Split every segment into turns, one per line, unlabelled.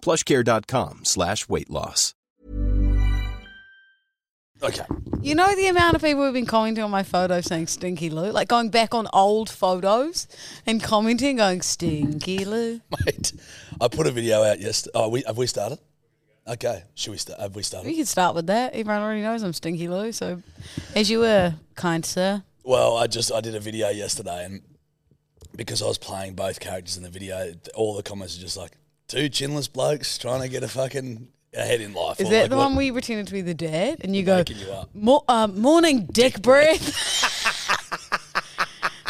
Plushcare.com slash weight loss.
Okay.
You know the amount of people who've been commenting on my photos saying Stinky Lou? Like going back on old photos and commenting going Stinky Lou.
Mate, I put a video out yesterday. Oh, we, have we started? Okay. Should we start? Have we started?
We could start with that. Everyone already knows I'm Stinky Lou, so as you were, kind sir.
Well, I just I did a video yesterday, and because I was playing both characters in the video, all the comments are just like two chinless blokes trying to get a fucking ahead in life.
Is
Or
that
like
the
what-
one where you pretended to be the dad and you go,
making you up.
Mo- uh, morning dick breath?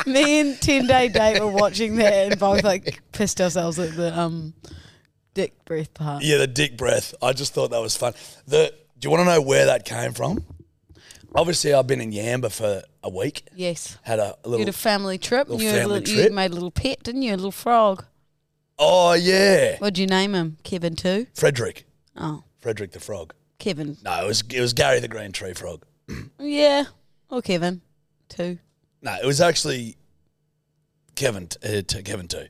Me and 10 Day Date were watching that and both like pissed ourselves at the um, dick breath part.
Yeah, the dick breath. I just thought that was fun. The do you want to know where that came from? Obviously, I've been in Yamba for a week.
Yes.
Had a, a
You had
little.
a family trip.
little
you, had a
family
little,
trip.
you made a little pet, didn't you? A little frog.
oh yeah,
What'd you name him? Kevin too?
Frederick.
Oh,
Frederick the frog.
Kevin.
No, it was it was Gary the Green Tree Frog.
Yeah. Or Kevin too.
No, it was actually Kevin. t- Uh, t- Kevin too.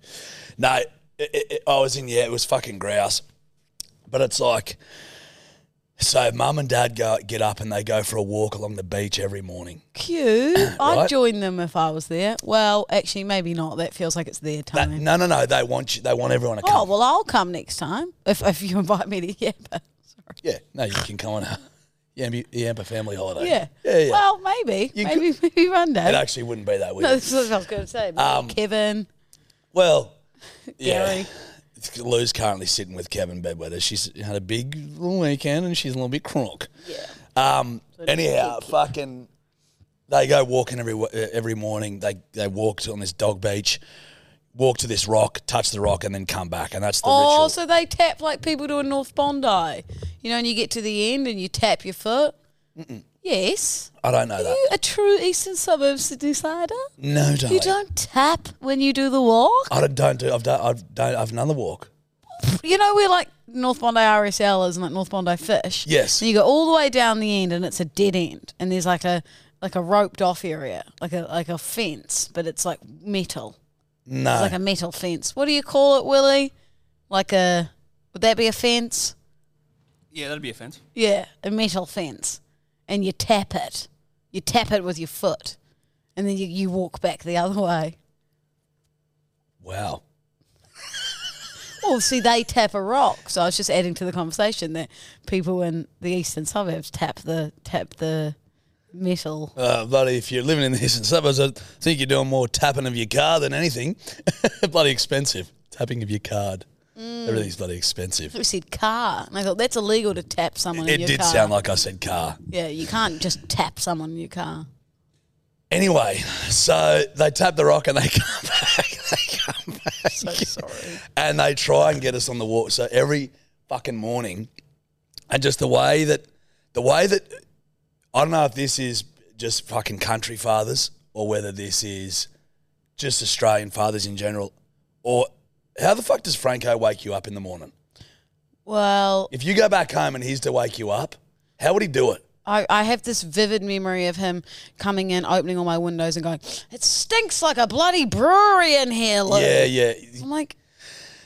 No, it, it, it- I was in. Yeah, it was fucking grouse. But it's like, so mum and dad go get up and they go for a walk along the beach every morning.
Cute. I'd
Right.
join them if I was there. Well, actually, maybe not. That feels like it's their
That,
time.
no, no, no. They want you. They want everyone to come.
Oh well, I'll come next time if, if you invite me to Yamba.
Yeah, no, you can come on a Yamba, Yamba family holiday.
Yeah.
yeah, yeah.
Well, maybe,
You
maybe, maybe one
it
day.
actually wouldn't be that weird.
No, this is what I was going to say.
Um,
Kevin,
well, yeah,
Gary.
Lou's currently sitting with Kevin Bedwetter. She's had a big little weekend and she's a little bit crook.
Yeah.
Um. Anyhow, fucking, they go walking every uh, every morning. They they walked on this dog beach, walk to this rock, touch the rock, and then come back, and that's the
Oh,
ritual.
so they tap like people do in North Bondi, you know, and you get to the end and you tap your foot. Yes.
I don't know
Are
that.
you a true eastern suburb Sydney slider?
Uh, no, darling.
You don't tap when you do the walk.
I don't, don't do. I've done. I've done. I've another walk.
You know, we're like North Bondi RSL is like North Bondi Fish.
Yes.
And you go all the way down the end, and it's a dead end, and there's like a like a roped off area, like a like a fence, but it's like metal.
No.
It's like a metal fence. What do you call it, Willie? Like a would that be a fence?
Yeah, that'd be a fence.
Yeah, a metal fence, and you tap it. You tap it with your foot, and then you, you walk back the other way.
wow.
Well, Oh, see, they tap a rock. So I was just adding to the conversation that people in the eastern suburbs tap the tap the metal.
Uh, bloody, if you're living in the eastern suburbs, I think you're doing more tapping of your car than anything. bloody expensive. Tapping of your card.
Mm.
Everything's bloody expensive.
We said car, and I thought that's illegal to tap someone in
It
your
did
car.
sound like I said car.
yeah, you can't just tap someone in your car.
Anyway, so they tap the rock and they come back. They come back. And they try and get us on the walk. So every fucking morning, and just the way that, the way that, I don't know if this is just fucking country fathers or whether this is just Australian fathers in general, or how the fuck does Franco wake you up in the morning?
Well,
If you go back home and he's to wake you up, how would he do it?
I, I have this vivid memory of him coming in, opening all my windows, and going, "It stinks like a bloody brewery in here." Lou."
Yeah, yeah.
I'm like,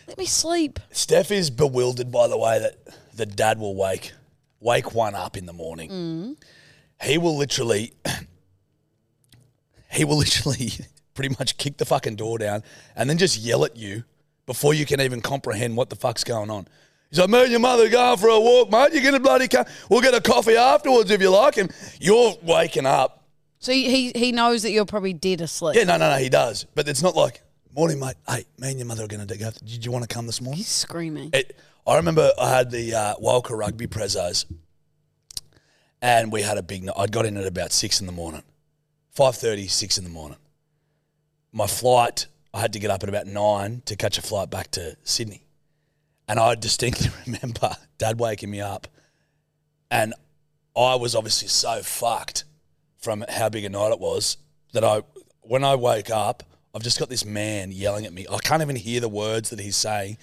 let me sleep.
Steph is bewildered by the way that the dad will wake wake one up in the morning. He will literally he will literally pretty much kick the fucking door down and then just yell at you before you can even comprehend what the fuck's going on. He's like, me and your mother going for a walk, mate. You're going to bloody come. We'll get a coffee afterwards if you like. And you're waking up.
So he he knows that you're probably dead asleep.
Yeah, no, no, no, he does. But it's not like, morning, mate. Hey, me and your mother are going to go. Did you want to come this morning?
He's screaming.
It, I remember I had the uh, Walker Rugby prezos, and we had a big. night. I got in at about six in the morning, five thirty, six in the morning. My flight, I had to get up at about nine to catch a flight back to Sydney, and I distinctly remember Dad waking me up, and I was obviously so fucked from how big a night it was that I, when I woke up, I've just got this man yelling at me. I can't even hear the words that he's saying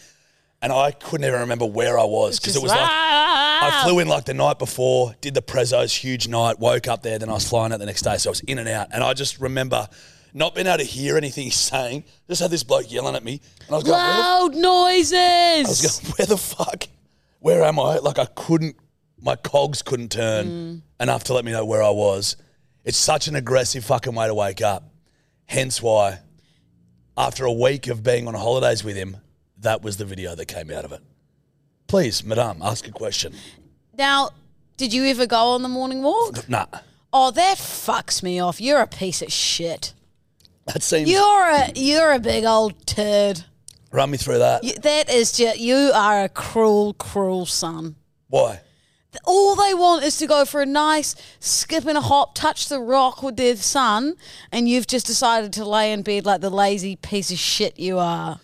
and I couldn't even remember where I was because it was like
ah, Um,
I flew in like the night before, did the prezos, huge night, woke up there, then I was flying out the next day, so I was in and out, and I just remember not being able to hear anything he's saying. Just had this bloke yelling at me, and I was going, "Where the
Loud noises.
I was going, where the fuck? Where am I? Like I couldn't, my cogs couldn't turn enough to let me know where I was. It's such an aggressive fucking way to wake up. Hence why, after a week of being on holidays with him, that was the video that came out of it. Please, madame, ask a question.
now, did you ever go on the morning walk?
Nah,
Oh, that fucks me off. You're a piece of shit.
that seems.
You're a you're a big old turd.
run me through that.
You- That is just you are a cruel, cruel son.
Why?
All they want is to go for a nice skip and a hop, touch the rock with their son, and you've just decided to lay in bed like the lazy piece of shit you are.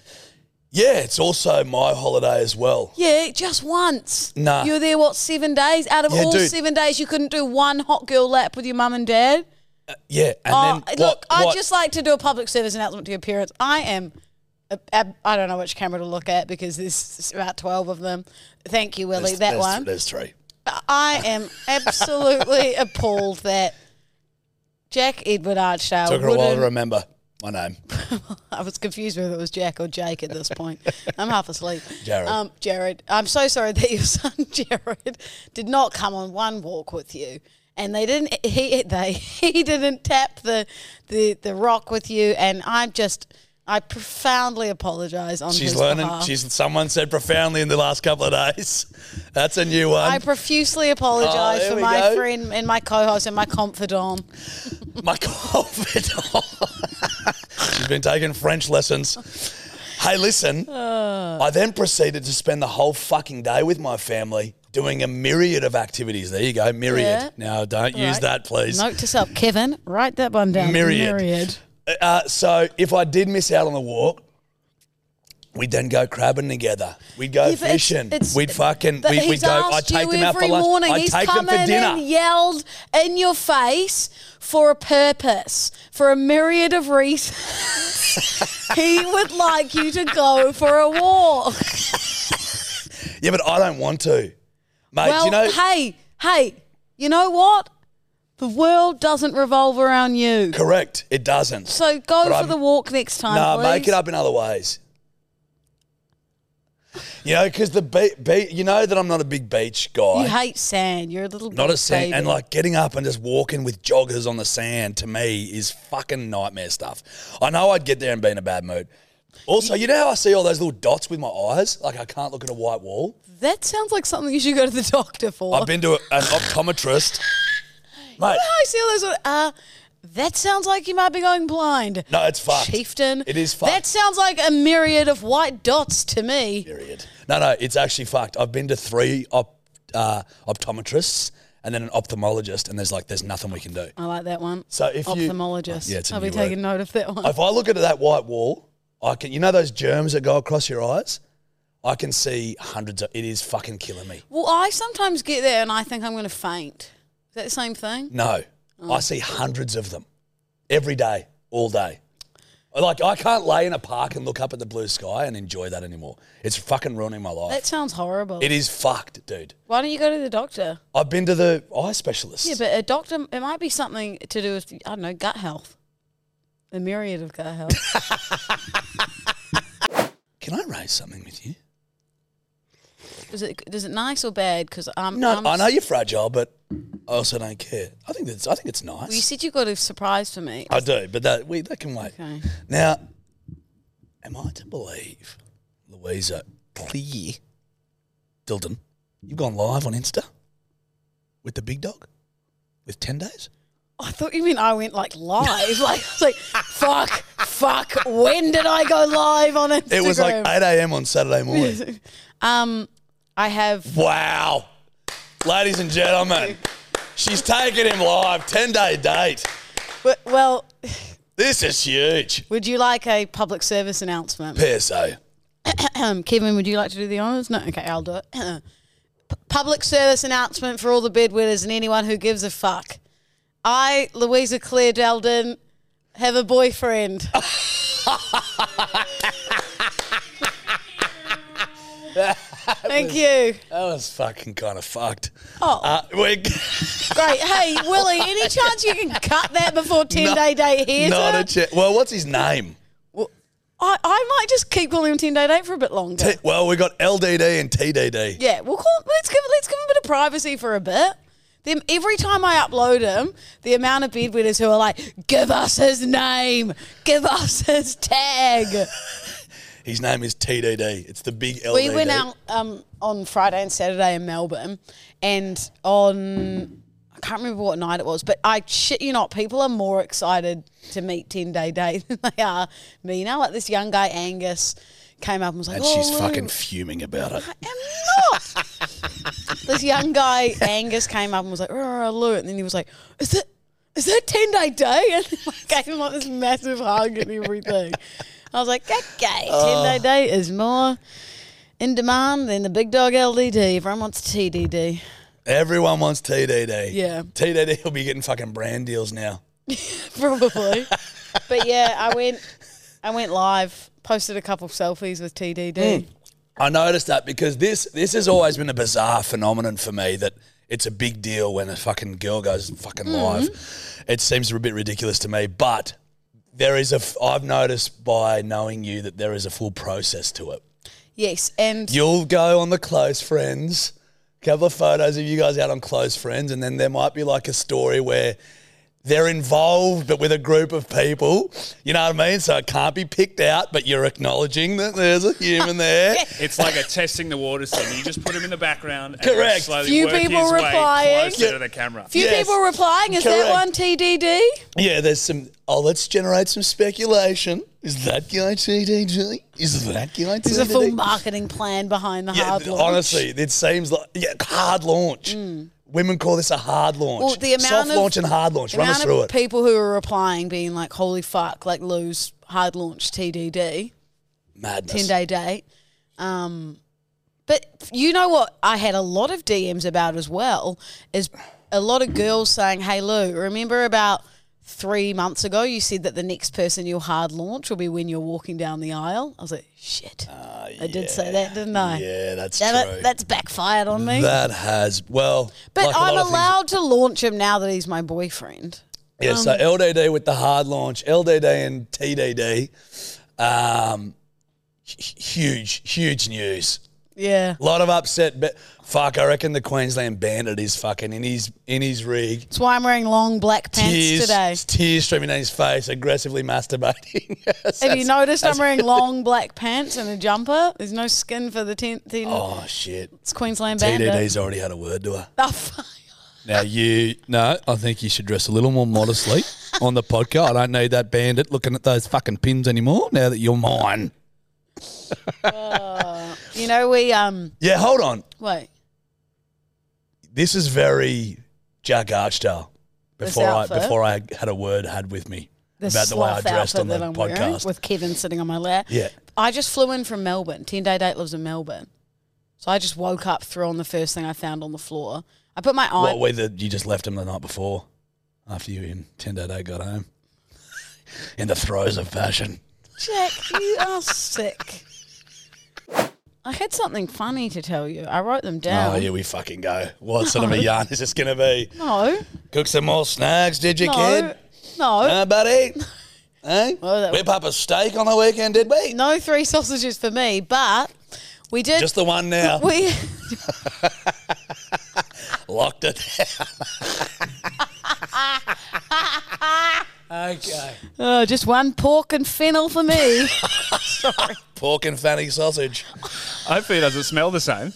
Yeah, it's also my holiday as well.
Yeah, just once.
Nah.
You were there, what, seven days? Out of
Yeah,
all
dude.
seven days, you couldn't do one hot girl lap with your mum and dad?
Yeah, and
oh,
then
look,
what?
I
what-
just like to do a public service announcement to your parents. I am, a- a- I don't know which camera to look at because there's about 12 of them. Thank you, Willie,
there's,
that
there's-
one.
There's three.
I am absolutely appalled that Jack Edward Archdale.
Took her a while to
wouldn't-
remember my name.
I was confused whether it was Jack or Jake at this point. I'm half asleep.
Jared.
Um, Jared, I'm so sorry that your son Jared did not come on one walk with you, and they didn't. He they he didn't tap the the the rock with you, and I'm just. I profoundly apologise on
She's
his
learning.
behalf.
She's someone said profoundly in the last couple of days. That's a new one.
I profusely apologise
Oh, there
for
we
my
go.
friend and my co-host and my confidant.
My COVID. She's been taking French lessons. Hey, listen.
Uh.
I then proceeded to spend the whole fucking day with my family doing a myriad of activities. There you go, myriad.
Yeah.
Now, don't use
Right.
that, please.
Note to self, Kevin, write that one down.
Myriad. Uh, so, if I did miss out on the walk, we'd then go crabbing together. We'd go
If it's-
fishing.
it's-
we'd fucking.
But
We'd, we'd
he's
go. I
asked
take
you
them out for
every
lunch.
morning.
I
He's
take them
come
for
in
dinner.
and yelled in your face for a purpose, for a myriad of reasons. he would like you to go for a walk.
Yeah, but I don't want to, mate.
well,
do you know?
hey, hey, you know what? The world doesn't revolve around you.
correct. It doesn't.
So go
But
for
I'm-
the walk next time,
No,
please.
make it up in other ways. You know, because the beach, be- you know that I'm not a big beach guy.
You hate sand. You're a little
not a
bitch,
sand, and
baby.
like getting up and just walking with joggers on the sand to me is fucking nightmare stuff. I know I'd get there and be in a bad mood. Also, you know how I see all those little dots with my eyes? Like I can't look at a white wall.
that sounds like something you should go to the doctor for.
I've been to a, an optometrist, mate.
I see all those. sort of, Uh, that sounds like you might be going blind.
No, it's fucked.
Chieftain.
It is fucked.
That sounds like a myriad of white dots to me.
Period. No, no, it's actually fucked. I've been to three op, uh, optometrists and then an ophthalmologist, and there's like there's nothing we can do.
I like that one.
So if you-
ophthalmologist,
Yeah, it's a
I'll be
new
taking
word.
note of that one.
If I look at that white wall, I can you know those germs that go across your eyes. I can see hundreds of. It is fucking killing me.
well, I sometimes get there and I think I'm going to faint. Is that the same thing?
No, I see hundreds of them every day, all day. Like I can't lay in a park and look up at the blue sky and enjoy that anymore. It's fucking ruining my life.
That sounds horrible.
it is fucked, dude.
Why don't you go to the doctor?
I've been to the eye specialist.
Yeah, but a doctor, it might be something to do with, I don't know, gut health. A myriad of gut health.
can I raise something with you?
is, it, is it nice or bad? Because I'm.
No,
I'm
i know you're fragile, but I also don't care. I think that's. I think it's nice.
Well, you said you got a surprise for me.
I do, but that we that can wait.
Okay.
Now, am I to believe Louisa Clear Dilton, you've gone live on Insta with the big dog with 10 days?
I thought you meant I went like live. like, I was like, fuck, fuck. When did I go live on Instagram?
It was like 8 a.m. on Saturday morning.
um, I have.
wow. Ladies and gentlemen, she's taking him live, 10 day date.
w- Well,
This is huge.
would you like a public service announcement?
PSA.
Kevin, would you like to do the honours? No, okay, I'll do it. P- Public service announcement for all the bedwetters and anyone who gives a fuck. I, Louisa Claire Dalden, have a boyfriend. Thank you.
That was fucking kind of fucked.
Oh.
Uh, we
Great. Hey, Willie, any chance you can cut that before 10 day date here?
Not a ch- Well, what's his name?
I, I might just keep calling him 10 day date for a bit longer.
T- well, we got LDD and TDD.
Yeah, we'll call. Let's give. Let's give him a bit of privacy for a bit. Them every time I upload him, the amount of bedwetters who are like, "Give us his name, give us his tag."
His name is TDD. It's the big LDD.
we went out um, on Friday and Saturday in Melbourne, and on I can't remember what night it was, but I shit you not, people are more excited to meet Ten Day Day than they are me now. Like this young guy Angus came up and was like,
And
"Oh,
she's
Lou,
fucking fuming about it.
am not. this young guy Angus came up and was like, "Oh, Lou," and then he was like, "Is that is that ten day day?" And I gave him like this massive hug and everything. I was like, "Okay, ten day day is more in demand than the big dog LDD. Everyone wants TDD."
Everyone wants TDD.
Yeah.
TDD will be getting fucking brand deals now.
probably. but yeah, I went, I went live, posted a couple selfies with TDD.
Hmm. I noticed that because this this has always been a bizarre phenomenon for me that it's a big deal when a fucking girl goes fucking
Mm-hmm.
live. It seems a bit ridiculous to me, but there is a f- I've noticed by knowing you that there is a full process to it.
Yes, and
You'll go on the close friends, couple of photos of you guys out on close friends, and then there might be like a story where they're involved, but with a group of people. You know what I mean? So it can't be picked out, but you're acknowledging that there's a human there.
It's like a testing the waters thing. You just put him in the background. And
Correct.
Slowly
Few
work his
people
way
replying.
closer to the camera.
few
yes.
people replying, "Is
Correct.
that one TDD?"
Yeah, there's some. Oh, let's generate some speculation. Is that guy TDG? Is that guy TDG?
There's a full marketing plan behind the
yeah,
hard
th-
launch. Mm.
honestly, it seems like yeah, hard launch. Women call this a hard launch.
Well, the amount
soft
of-
launch and hard launch.
the
Run us
amount
through
of
it.
people who are replying being like, "Holy fuck!" Like Lou's hard launch TDD ten
Madness.
day date. Um, but you know what? I had a lot of DMs about as well is a lot of girls saying, "Hey Lou, remember about." Three months ago, you said that the next person you'll hard launch will be when you're walking down the aisle. I was like, "Shit, I did say that, didn't
Ah,
I?"
Yeah, that's
Damn
true.
it, that's backfired on me.
That has well,
but
like a lot
I'm
of things-
allowed to launch him now that he's my boyfriend.
Yeah, so LDD with the hard launch, LDD and TDD. Um, h- huge, huge news.
Yeah.
A lot of upset, but fuck, I reckon the Queensland Bandit is fucking in his in his rig.
That's why I'm wearing long black pants
Tears,
today.
tears streaming down his face, aggressively masturbating.
Have you noticed I'm wearing long black pants and a jumper? There's no skin for the tenth.
oh shit!
it's Queensland bandit.
TDD's already had a word to her.
Oh, fuck.
Now you, no, I think you should dress a little more modestly on the podcast. I don't need that bandit looking at those fucking pins anymore. Now that you're mine.
you know we um
Yeah, hold on.
wait
This is very Jack Archdale.
This
Before I
outfit?
before I had a word had with me
the
about the way I
sloth
dressed
outfit
on the
that I'm wearing
podcast.
with Kevin sitting on my lap.
yeah.
I just flew in from Melbourne. Ten day date lives in Melbourne, so I just woke up, threw on the first thing I found on the floor. Oh, I put my eye.
What, whether you just left him the night before, after you and Tendo Day got home, in the throes of passion.
Jack, you are sick. I had something funny to tell you. I wrote them down.
Oh, here we fucking go. What sort of a yarn is this going to be?
No,
Cook some more snacks, did you,
no,
kid?
no.
Huh, buddy? hey?
Well, that-
Whip up a steak on the weekend, did we?
No three sausages for me, but we did.
Just the one now.
we
Locked it down. okay.
uh, just one pork and fennel for me.
Pork and fanny sausage.
Hopefully, it doesn't smell the same.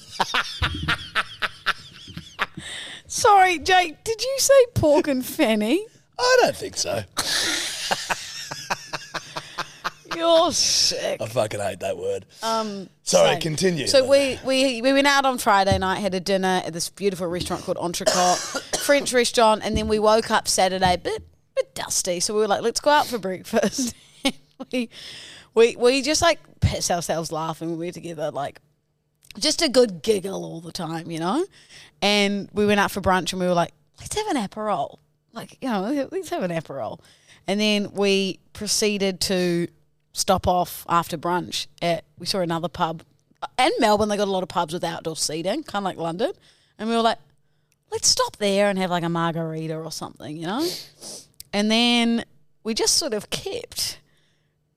Sorry, Jake, did you say pork and fanny?
I don't think so.
You're sick.
I fucking hate that word. Um, Sorry,
So-
continue.
So we, we we went out on Friday night, had a dinner at this beautiful restaurant called Entrecote, French restaurant, and then we woke up Saturday a bit bit dusty. So we were like, let's go out for breakfast. we, we we just like piss ourselves laughing when we were together, like just a good giggle all the time, you know. And we went out for brunch and we were like, let's have an aperol, like you know, let's have an aperol. And then we proceeded to stop off after brunch at we saw another pub in Melbourne. They got a lot of pubs with outdoor seating, kind of like London. And we were like, let's stop there and have like a margarita or something, you know. And then we just sort of kept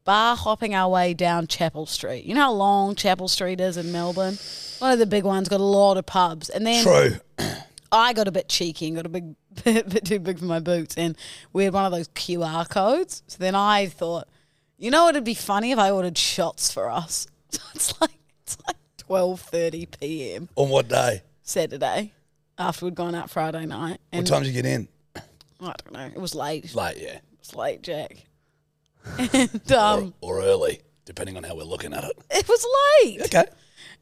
bar hopping our way down Chapel Street. You know how long Chapel Street is in Melbourne? One of the big ones, got a lot of pubs. And then
True.
I got a bit cheeky and got a big bit, bit too big for my boots, and we had one of those QR codes. So then I thought, you know, it'd be funny if I ordered shots for us. So it's like it's like twelve thirty p.m.
On what day?
Saturday after we'd gone out Friday night,
What
and
time did you get in?
I don't know, it was late. It
Late, yeah.
was late, Jack. And um,
or, or early, depending on how we're looking at it.
it was late.
Okay.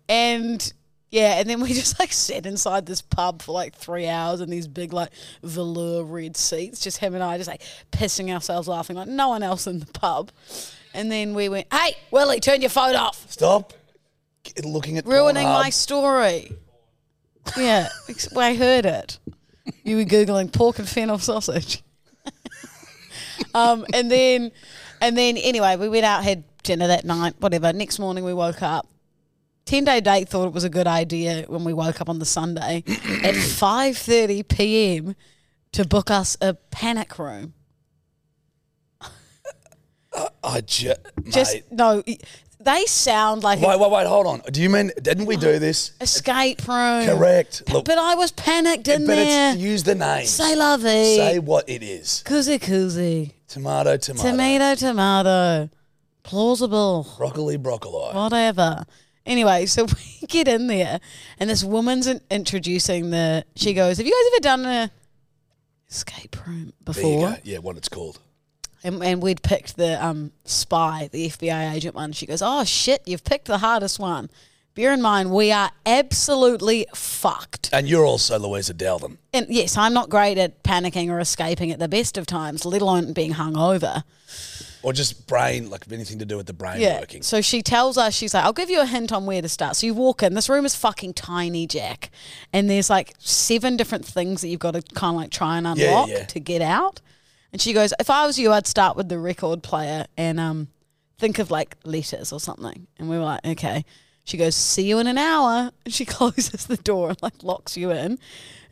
And yeah, and then we just like sat inside this pub for like three hours in these big like velour red seats, just him and I, just like pissing ourselves laughing like no one else in the pub. And then we went, "Hey, Willie, turn your phone off,
Stop Get- looking at
ruining
Pornhub.
my story." Yeah, ex- well, I heard it. You were googling pork and fennel sausage. um, and then, and then anyway, we went out had dinner that night. Whatever. Next morning we woke up. 10 day date thought it was a good idea when we woke up on the Sunday at 5:30 p.m. to book us a panic room.
I ju- mate.
Just no, y- they sound like
Wait, wait, wait. Hold on. Do you mean? Didn't we do this?
an escape room.
Correct.
P-
Look-
but I was panicked in
but
there.
it's use the name.
Say lovey.
Say what it is.
Koozie koozie.
Tomato, tomato.
Tomato tomato. Plausible.
Broccoli, broccoli.
whatever. Anyway, so we get in there, and this woman's in- introducing the. She goes, "Have you guys ever done a escape room
There you
before?"
go. Yeah, what it's called.
And, and we'd picked the um, spy, the FBI agent one. She goes, "Oh shit, you've picked the hardest one." Bear in mind, we are absolutely fucked.
And you're also Louisa Dowden.
And yes, I'm not great at panicking or escaping at the best of times, let alone being hungover.
Or just brain, like anything to do with the brain working.
So she tells us, she's like, I'll give you a hint on where to start. So you walk in, this room is fucking tiny, Jack. And there's like seven different things that you've got to kind of like try and
Yeah,
unlock
yeah.
to get out. And she goes, If I was you, I'd start with the record player and um, think of like letters or something. And we were like, Okay. She goes, See you in an hour. And she closes the door and like locks you in.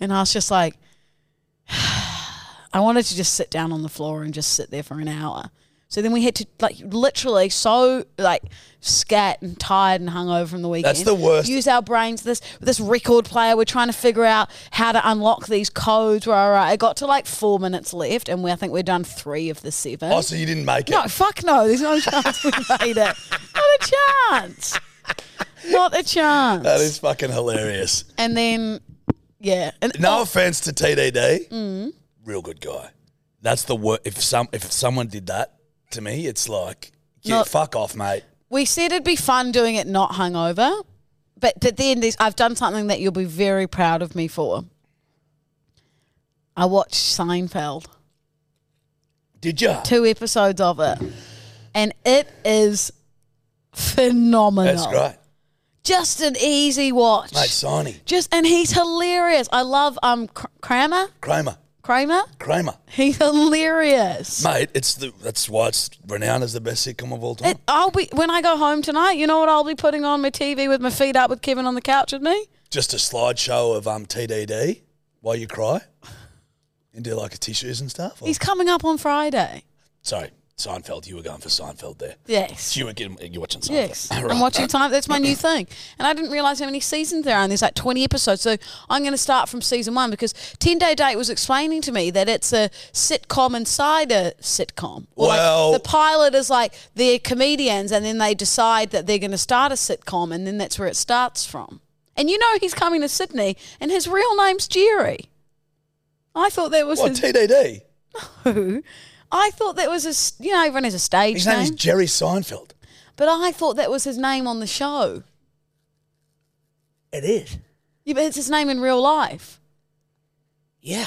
And I was just like, I wanted to just sit down on the floor and just sit there for an hour. So then we had to like literally so like scat and tired and hungover from the weekend.
the worst.
Use our brains. This this record player. We're trying to figure out how to unlock these codes. Right, right. right. It got to like four minutes left, and we I think we're done three of the seven.
Oh, so you didn't make it.
No, fuck no. There's no chance we made it. Not a chance. Not a chance.
That is fucking hilarious.
and then, yeah. And oh,
No offense to TDD.
Mm.
Real good guy. That's the word. If some if someone did that to me, it's like, yeah,
Not-
fuck off, mate.
we said it'd be fun doing it not hungover, but but then this I've done something that you'll be very proud of me for. I watched Seinfeld,
Did you?
two episodes of it, and it is phenomenal.
That's great,
Just an easy watch.
mate. Signing
Just and he's hilarious. I love um Kr- Kramer.
Kramer,
Kramer.
Kramer,
He's hilarious.
mate. It's the that's why it's renowned as the best sitcom of all time.
It, I'll be when I go home tonight. You know what I'll be putting on my TV with my feet up with Kevin on the couch with me.
Just a slideshow of um TDD while you cry and do like tissues and stuff. Or,
He's coming up on Friday.
sorry, Seinfeld. You were going for Seinfeld there.
Yes.
You were getting, you're watching Seinfeld.
Yes,
Right.
I'm watching time. That's my new thing, and I didn't realize how many seasons there are. And there's like 20 episodes, so I'm going to start from season one because 10 Day Date was explaining to me that it's a sitcom inside a sitcom. Or, like,
Well-
the pilot is like they're comedians, and then they decide that they're going to start a sitcom, and then that's where it starts from. And you know he's coming to Sydney, and his real name's Jerry. I thought that was
What,
his.
TDD?
I thought that was his. You know, everyone has a stage
His
name,
name is Jerry Seinfeld.
but I thought that was his name on the show.
It is.
Yeah, but it's his name in real life.
Yeah.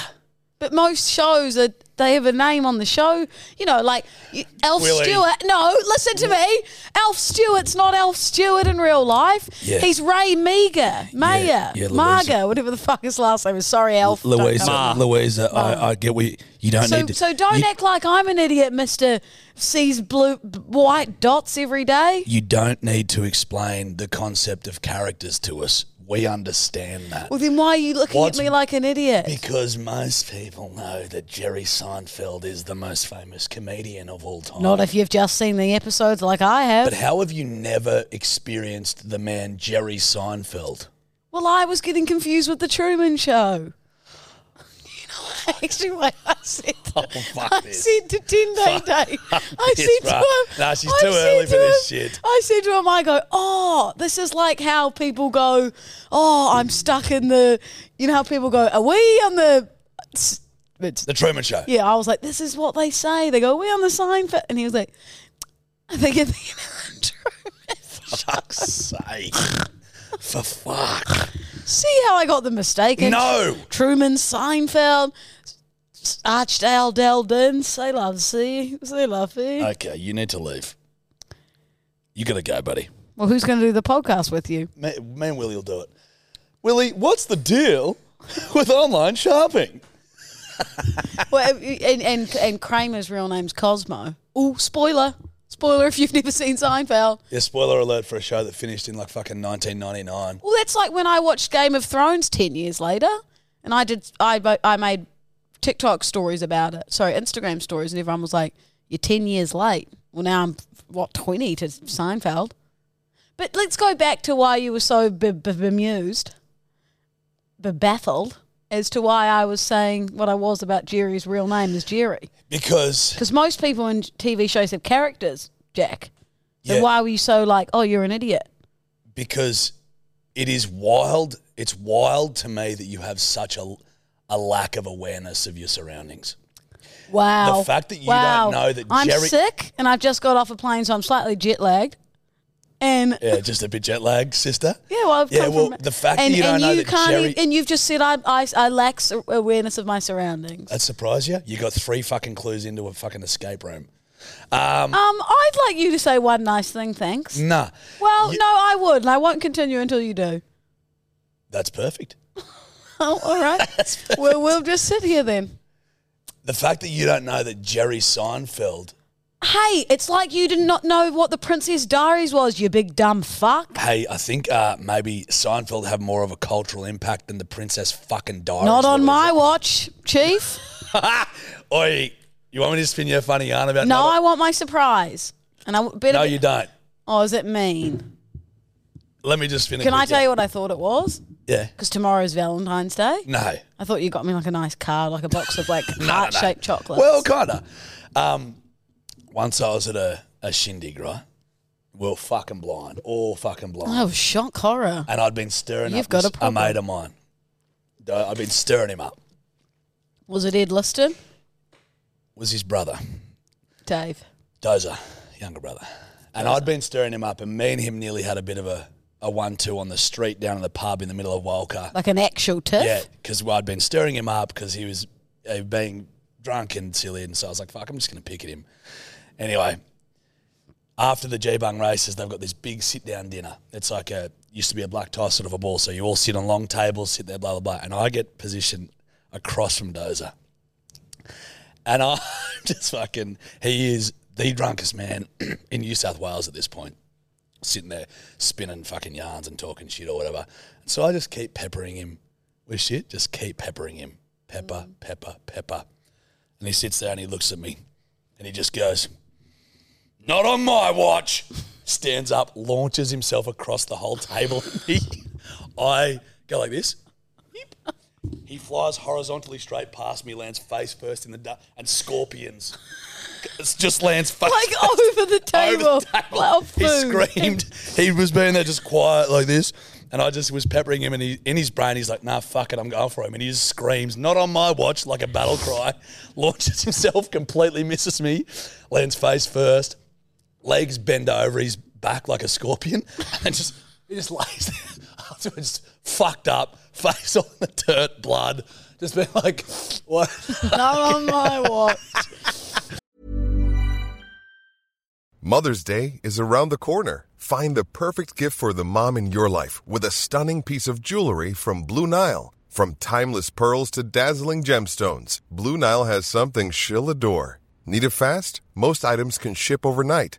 But most shows are they have a name on the show. You know, like you- Alf
Willie.
Stewart. No, listen to me. Alf Stewart's not Alf Stewart in real life.
Yeah.
He's Ray Meager, Mayer,
yeah, Louisa.
Marga, whatever the fuck his last name is. Sorry, Alf. Don't
Louisa,
come at me.
Louisa, I, I get we. You don't
Ah. So,
need to.
so don't
you,
act like I'm an idiot, Mister. Sees blue, b- white dots every day.
you don't need to explain the concept of characters to us. We understand that.
Well, then why are you looking
What's-
at me like an idiot?
because most people know that Jerry Seinfeld is the most famous comedian of all time.
Not if you've just seen the episodes like I have.
But how have you never experienced the man Jerry Seinfeld?
Well, I was getting confused with the Truman Show. You know, I actually, wait, I said,
Oh, fuck
I
this.
said to Ten Day Day, I
this,
said to
bruh.
him,
Nah, she's
I
too
said
early
to
for this
him-
shit.
I said to him, I go, oh, this is like how people go, oh, I'm stuck in the, you know how people go, are we on the, it's, it's-
The Truman Show.
yeah, I was like, this is what they say. They go, are we on the sign for, and he was like, I think it's the Truman Show.
Fuck's sake. For fuck.
See how I got the mistaken?
No.
Truman, Seinfeld, Archdale, Deldin, say love, see, say love, see.
Okay, you need to leave. You gotta go, buddy.
Well, who's going to do the podcast with you?
Me, me and Willie will do it. Willie, what's the deal with online shopping?
well, and, and and Kramer's real name's Cosmo. Oh, spoiler, spoiler! If you've never seen Seinfeld,
Yeah, spoiler alert for a show that finished in like fucking 1999.
well, that's like when I watched Game of Thrones ten years later, and I did I bo- I made TikTok stories about it. Sorry, Instagram stories, and everyone was like, "You're ten years late." Well, now I'm what twenty to Seinfeld. But let's go back to why you were so b- b- bemused, b- baffled as to why I was saying what I was about Jerry's real name is Jerry.
Because
Because most people in TV shows have characters, Jack. Then
Yeah.
why were you so like, oh, you're an idiot?
because it is wild. It's wild to me that you have such a, a lack of awareness of your surroundings.
Wow.
The fact that you don't
wow.
know that
I'm
Jerry-
sick and I've just got off a plane, so I'm slightly jet lagged. And yeah,
Yeah, just a bit jet lagged, sister.
well, I've
yeah.
come
Well,
from-
the fact
and,
that you don't
and
know
you
that
can't
Jerry
e- and you've just said I, I I lack sur- awareness of my surroundings.
That surprised you? You got three fucking clues into a fucking escape room.
Um, I'd like you to say one nice thing, thanks.
Nah,
Well, no, I would, and I won't continue until you do.
that's perfect.
Oh, all right. well, we'll just sit here then.
The fact that you don't know that Jerry Seinfeld,
Hey, it's like you did not know what the Princess Diaries was, you big dumb fuck.
hey, I think uh, maybe Seinfeld have more of a cultural impact than the Princess fucking Diaries.
Not on
was.
my watch, Chief.
Oi, you want me to spin you a funny yarn about?
no, I
another-
want my surprise. And I better.
No,
be-
you don't.
Oh, is it mean?
Let me just spin it.
Can I
quick,
tell
yeah.
you what I thought it was?
Yeah.
Because tomorrow's Valentine's Day.
No.
I thought you got me like a nice card, like a box of like
No, no, no.
heart shaped chocolates.
Well, kinda. Um, once I was at a, a shindig, right? We We're fucking blind, all fucking blind.
oh, shock horror.
and I'd been stirring
You've
up
got
this-
a problem.
mate of mine. Uh, I'd been stirring him up.
Was it Ed Liston?
Was his brother
Dave.
Dozer, younger brother, and I'd been stirring him up, and me and him nearly had a bit of a, a one-two on the street down in the pub in the middle of Walker.
Like an actual tiff?
Yeah, because I'd been stirring him up because he was uh, being drunk and silly, and so I was like, "Fuck, I'm just gonna pick at him." Anyway, after the G Bung races, they've got this big sit down dinner. It's like a used to be a black tie sort of a ball. So you all sit on long tables, sit there, blah blah blah. And I get positioned across from Dozer, and I just fucking he is the drunkest man in New South Wales at this point. Sitting there spinning fucking yarns and talking shit or whatever. And so I just keep peppering him with shit. Just keep peppering him. Pepper, pepper, pepper. And he sits there and he looks at me and he just goes, not on my watch. Stands up, launches himself across the whole table. He, I go like this. He flies horizontally straight past me, lands face first in the dust, and scorpions. It just lands face
Like over the table.
over the
Like off
He
food.
screamed. He was being there just quiet like this. And I just was peppering him, and he, in his brain, he's like, nah, fuck it, I'm going for him. And he just screams, not on my watch, like a battle cry, launches himself, completely misses me, lands face first, legs bend over his back like a scorpion, and just he just lays there afterwards, fucked up, face on the dirt, blood, just been like, what?
Not on my watch.
Mother's Day is around the corner. Find the perfect gift for the mom in your life with a stunning piece of jewelry from Blue Nile. From timeless pearls to dazzling gemstones, Blue Nile has something she'll adore. Need it fast? Most items can ship overnight.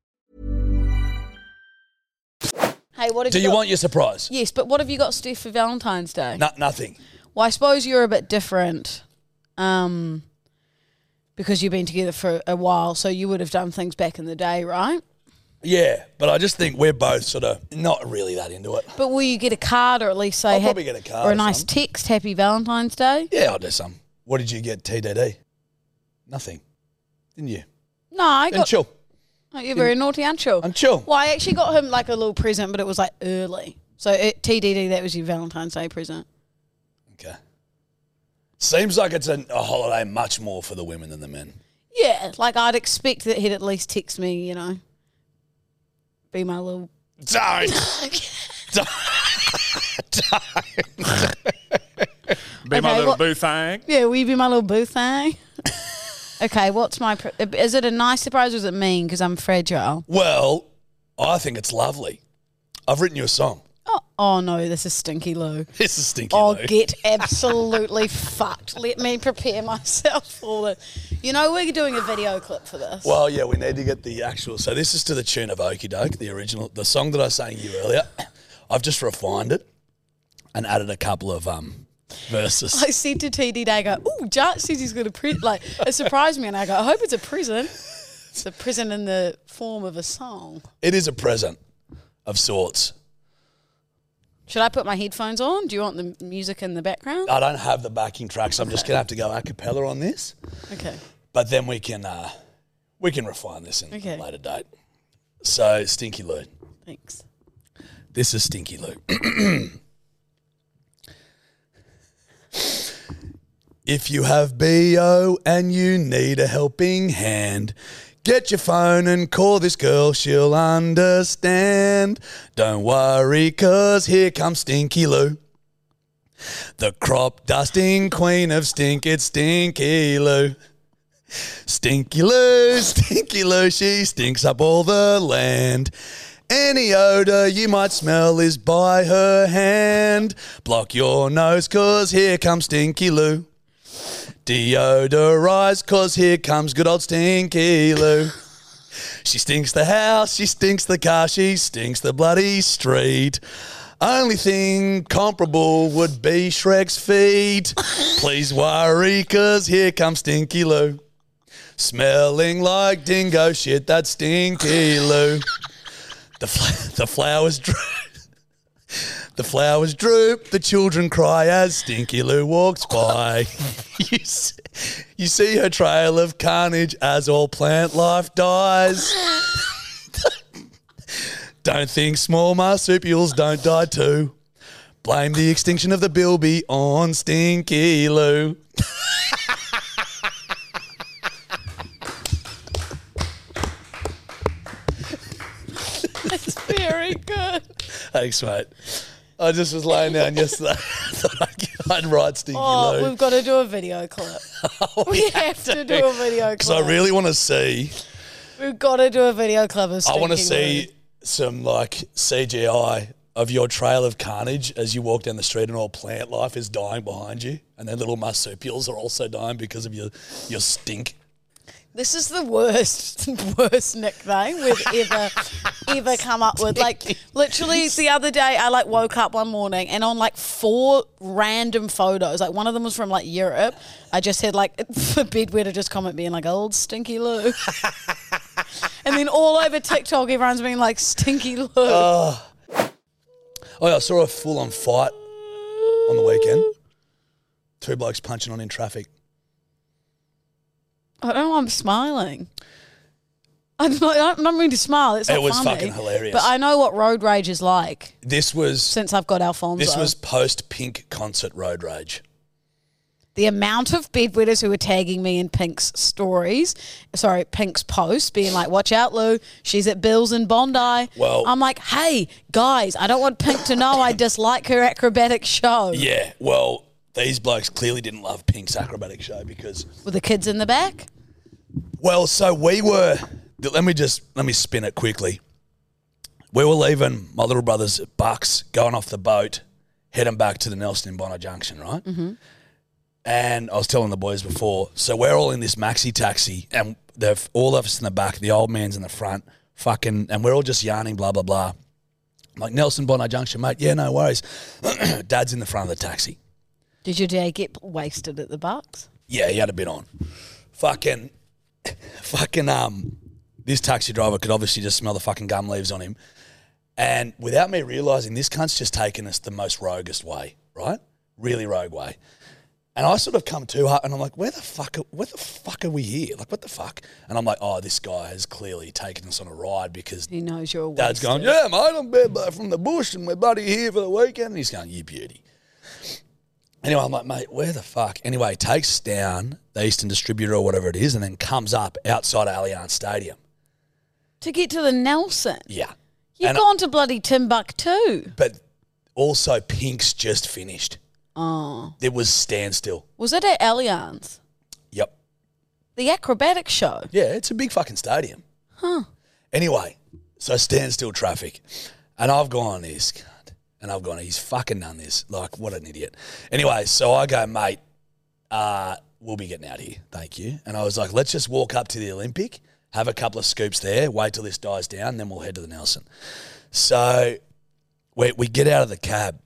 Hey, what have
Do
you
you
got?
want your surprise?
Yes, but what have you got, Steve, for Valentine's Day?
No, nothing.
Well, I suppose you're a bit different, um, because you've been together for a while, so you would have done things back in the day, right?
Yeah, but I just think we're both sort of not really that into it.
But will you get a card, or at least say,
I'll
hap-
probably get a card
or
or
a nice
something.
text, "Happy Valentine's Day"?
Yeah, I'll do some. What did you get, TDD? Nothing. Didn't you?
No, I
Then
got.
chill.
Oh, you're very naughty, aren't you?
I'm chill.
Well, I actually got him like a little present, but it was like early. So it, TDD, that was your Valentine's Day present.
Okay. Seems like it's an, a holiday much more for the women than the men.
Yeah, like I'd expect that he'd at least text me, you know, be my little.
Don't. Don't.
Be my
Okay,
little
what-
boo thing.
Yeah, will you be my little boo thing? okay, what's my? Pr- is it a nice surprise or is it mean? Because I'm fragile.
Well, I think it's lovely. I've written you a song.
Oh, oh no, this is stinky Lou.
This is stinky.
I'll
Lou.
Oh, get absolutely fucked. Let me prepare myself for this. You know, we're doing a video clip for this.
Well, yeah, we need to get the actual. So this is to the tune of Okey Doke, the original, the song that I sang you earlier. I've just refined it and added a couple of um verses.
I said to TD, I go, "Oh, Jart says he's got a pre like it surprised me," and I go, "I hope it's a prison. It's a prison in the form of a song."
It is a present of sorts.
Should I put my headphones on? Do you want the music in the background?
I don't have the backing tracks. I'm just gonna have to go a cappella on this,
Okay.
but then we can uh we can refine this in
Okay.
a later date. So Stinky Lou,
Thanks.
This is Stinky Lou. if you have BO and you need a helping hand, get your phone and call this girl, she'll understand. Don't worry, cause here comes Stinky Lou. The crop dusting queen of stink, it's Stinky Lou. Stinky Lou, Stinky Lou, she stinks up all the land. Any odour you might smell is by her hand. Block your nose, cause here comes Stinky Lou. Deodorise, cause here comes good old Stinky Lou. She stinks the house, she stinks the car, she stinks the bloody street. Only thing comparable would be Shrek's feet. Please worry, cause here comes Stinky Lou. Smelling like dingo shit, that's stinky Lou. The, fl- the flowers droop. The flowers droop, the children cry as Stinky Lou walks by. you, see, you see her trail of carnage as all plant life dies. don't think small marsupials don't die too. Blame the extinction of the bilby on Stinky Lou.
It's very good.
Thanks, mate. I just was laying down yesterday. I thought I'd, get- I'd write Stinky
Oh,
Lou
we've got to do a video clip.
Oh,
we have to do a video
because I
clip.
really want to see.
We've got to do a video clip of
I want to
Stinky
see some like CGI of your trail of carnage as you walk down the street and all plant life is dying behind you, and then little marsupials are also dying because of your your stink.
This is the worst, worst nickname we've ever, ever come up with. Like, literally, the other day, I like woke up one morning and on like four random photos, like one of them was from like Europe. I just had like for bedwear to just comment being like old stinky Lou, and then all over TikTok, everyone's being like stinky Lou.
Oh, yeah, I saw a full on fight on the weekend. Two blokes punching on in traffic.
I don't know why I'm smiling. I'm not, I'm not mean to smile. It's not
It was
funny,
fucking hilarious.
But I know what road rage is like
This was
since I've got Alfonso.
this was post Pink concert road rage.
the amount of bedwetters who were tagging me in Pink's stories, sorry, Pink's posts, being like, watch out, Lou, she's at Bill's in Bondi.
Well-
I'm like, hey, guys, I don't want Pink to know I dislike her acrobatic show.
Yeah, well, these blokes clearly didn't love Pink's acrobatic show because
With the kids in the back.
Well, so we were. Let me just let me spin it quickly. We were leaving my little brother's bucks, going off the boat, heading back to the Nelson and Bonner Junction, right? Mm-hmm. And I was telling the boys before, so we're all in this maxi taxi, and they're all of us in the back. The old man's in the front, fucking, and we're all just yarning, blah blah blah. I'm like Nelson Bonner Junction, mate. Yeah, no worries. Dad's in the front of the taxi.
Did your dad get wasted at the Bucks?
Yeah, he had a bit on. Fucking, fucking, um, this taxi driver could obviously just smell the fucking gum leaves on him. And without me realizing, this cunt's just taken us the most roguest way, right? Really rogue way. And I sort of come to her and I'm like, where the fuck, are, where the fuck are we here? Like, what the fuck? And I'm like, oh, this guy has clearly taken us on a ride because
He knows you're a
Dad's going,
wasted.
yeah, mate, I'm bareback from the bush and we're bloody here for the weekend. And he's going, you beauty. Anyway, I'm like, mate, where the fuck? Anyway, takes us down the Eastern Distributor or whatever it is and then comes up outside Allianz Stadium.
To get to the Nelson.
Yeah.
You've
And-
gone to bloody Timbuktu.
But also, Pink's just finished.
Oh.
It was standstill.
Was it at Allianz?
Yep.
The acrobatic show.
Yeah, it's a big fucking stadium.
Huh.
Anyway, so standstill traffic. And I've gone this cunt. And I've gone, he's fucking done this. Like, what an idiot. Anyway, so I go, mate, uh, we'll be getting out of here. Thank you. And I was like, let's just walk up to the Olympic, have a couple of scoops there, wait till this dies down, then we'll head to the Nelson. So we, we get out of the cab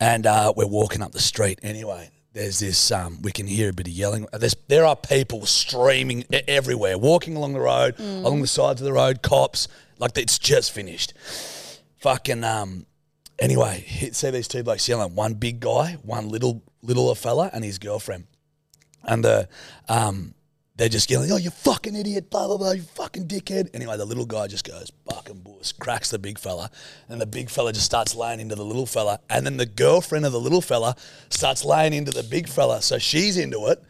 and uh, we're walking up the street. Anyway, there's this, um, we can hear a bit of yelling. Uh, There's, there are people streaming e- everywhere, walking along the road, along the sides of the road, cops, like it's just finished. Fucking, um, anyway, hit, see these two blokes yelling, one big guy, one little, little fella, and his girlfriend. And the, um, they're just yelling, oh, you fucking idiot, blah, blah, blah, you fucking dickhead. Anyway, the little guy just goes, fucking boss, cracks the big fella. And the big fella just starts laying into the little fella. And then the girlfriend of the little fella starts laying into the big fella. So she's into it.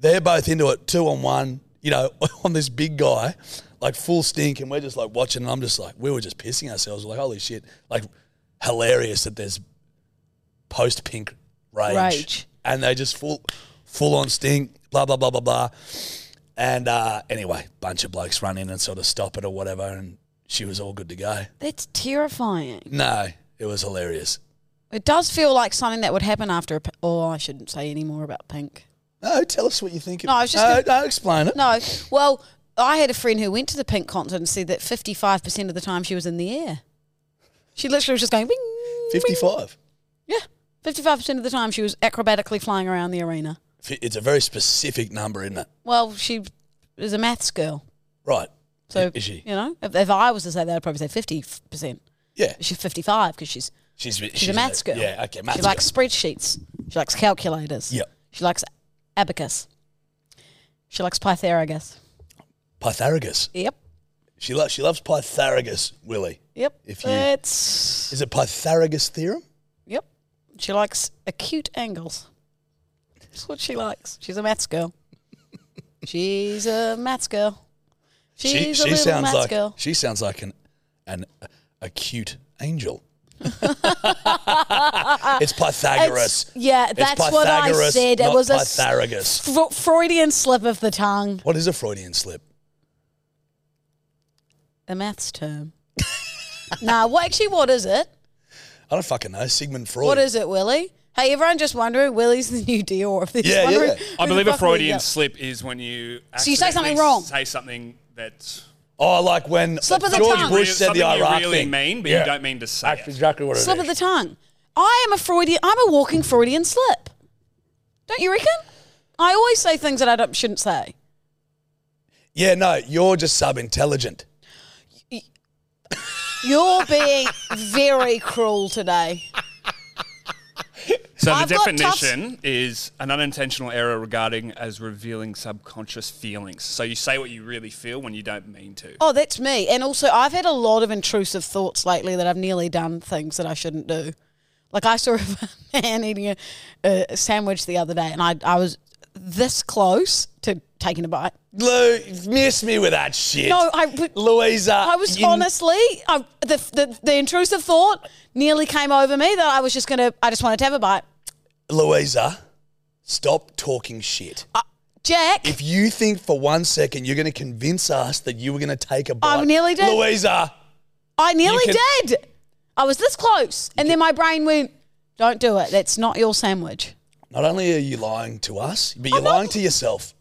They're both into it, two on one, you know, on this big guy, like full stink. And we're just like watching. And I'm just like, we were just pissing ourselves. Like, holy shit. Like, hilarious that there's post pink rage.
Rage.
And they just full, full on stink, blah, blah, blah, blah, blah. And uh, anyway, bunch of blokes run in and sort of stop it or whatever, and she was all good to go.
That's terrifying.
No, it was hilarious.
It does feel like something that would happen after a. p- Oh, I shouldn't say any more about Pink.
No, tell us what you think.
No, I was just
No,
gonna-
no, explain it.
No, well, I had a friend who went to the Pink concert and said that 55% of the time she was in the air. She literally was just going, wing, wing.
Fifty-five.
Yeah, 55% of the time she was acrobatically flying around the arena.
F- It's a very specific number, isn't it?
Well, she is a maths girl.
Right.
So,
is she?
you know, if, if I was to say that, I'd probably say 50%.
Yeah,
She's 55 because she's,
she's she's,
she's a maths girl.
Yeah, okay, maths.
She likes spreadsheets. She likes calculators.
Yep.
She likes abacus. She likes Pythagoras.
girl. Pythagoras.
Yep.
She loves she loves Pythagoras. Willie,
Yep.
If you-
it's
is it Pythagoras theorem?
She likes acute angles. That's what she likes. She's a maths girl. She's a maths girl. She's
she
a
she
little
sounds
maths
like
girl.
she sounds like an an acute angel. it's Pythagoras.
It's- yeah,
It's
that's what I
Pythagoras,
said. It
not
was a s-
Pythagoras.
Fro- Freudian slip of the tongue.
What is a Freudian slip?
A maths term. nah, well, actually, what is it?
I don't fucking know. Sigmund Freud.
What is it, Willie? Hey, everyone just wondering, Willie's the new Dior. If they're just
Yeah,
wondering
yeah.
who
I
the
believe a
fuck Willie
Freudian
is.
slip is when you
So you say something
accidentally
wrong.
Say something that
Oh, like when
Slip of the
George
tongue.
Bush said the
Something you
Iraq
really
thing.
mean, but you don't mean to say
That's
it.
exactly what it is.
Slip of the tongue. I am a Freudian. I'm a walking Freudian slip. Don't you reckon? I always say things that I don't, shouldn't say.
yeah, no, you're just sub-intelligent.
You're being very cruel today.
So
I've
the
got tough-
definition is an unintentional error regarding as revealing subconscious feelings. So you say what you really feel when you don't mean to.
Oh, that's me. And also, I've had a lot of intrusive thoughts lately that I've nearly done things that I shouldn't do. Like I saw a man eating a, a sandwich the other day, and I I was this close to taking a bite.
Lou, miss me with that shit.
No, I but
Louisa.
I was
you-
honestly, I, the, the the intrusive thought nearly came over me that I was just gonna. I just wanted to have a bite.
Louisa, stop talking shit.
Jack,
If you think for one second you're going to convince us that you were going to take a bite,
I nearly did.
Louisa,
I nearly
can-
did. I was this close, and then my brain went, "Don't do it. That's not your sandwich."
not only are you lying to us, but you're
I'm not-
lying to yourself.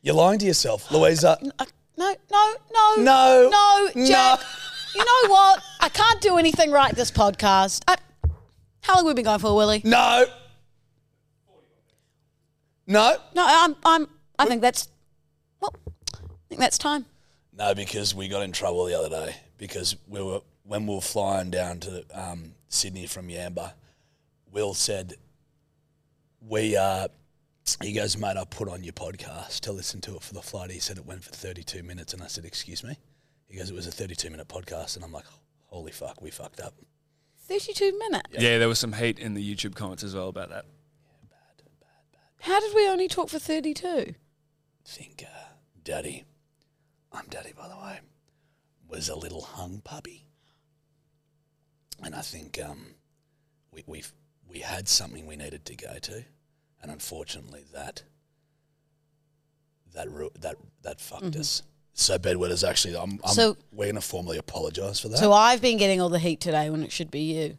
You're lying to yourself, Louisa.
Uh, no, no, no,
No.
no,
No.
Jack. You know what? I can't do anything right this podcast. I, how long have we been going for, Willie?
No. No.
No, I'm, I'm. I think that's. Well, I think that's time.
No, because we got in trouble the other day because we were when we were flying down to um, Sydney from Yamba. Will said, "We uh, he goes, mate, I put on your podcast to listen to it for the flight." He said it went for thirty-two minutes, and I said, "Excuse me." He goes, "It was a thirty-two minute podcast," and I'm like, "Holy fuck, we fucked up."
Thirty-two minutes.
Yeah, there was some hate in the YouTube comments as well about that.
How did we only talk for thirty-two?
Think, uh, Daddy, I'm Daddy by the way, was a little hung puppy, and I think um, we we we had something we needed to go to, and unfortunately that that ru- that that fucked us. So bedwet is actually I'm, I'm
Mm-hmm. So-
we're gonna formally apologise for that.
So I've been getting all the heat today when it should be you.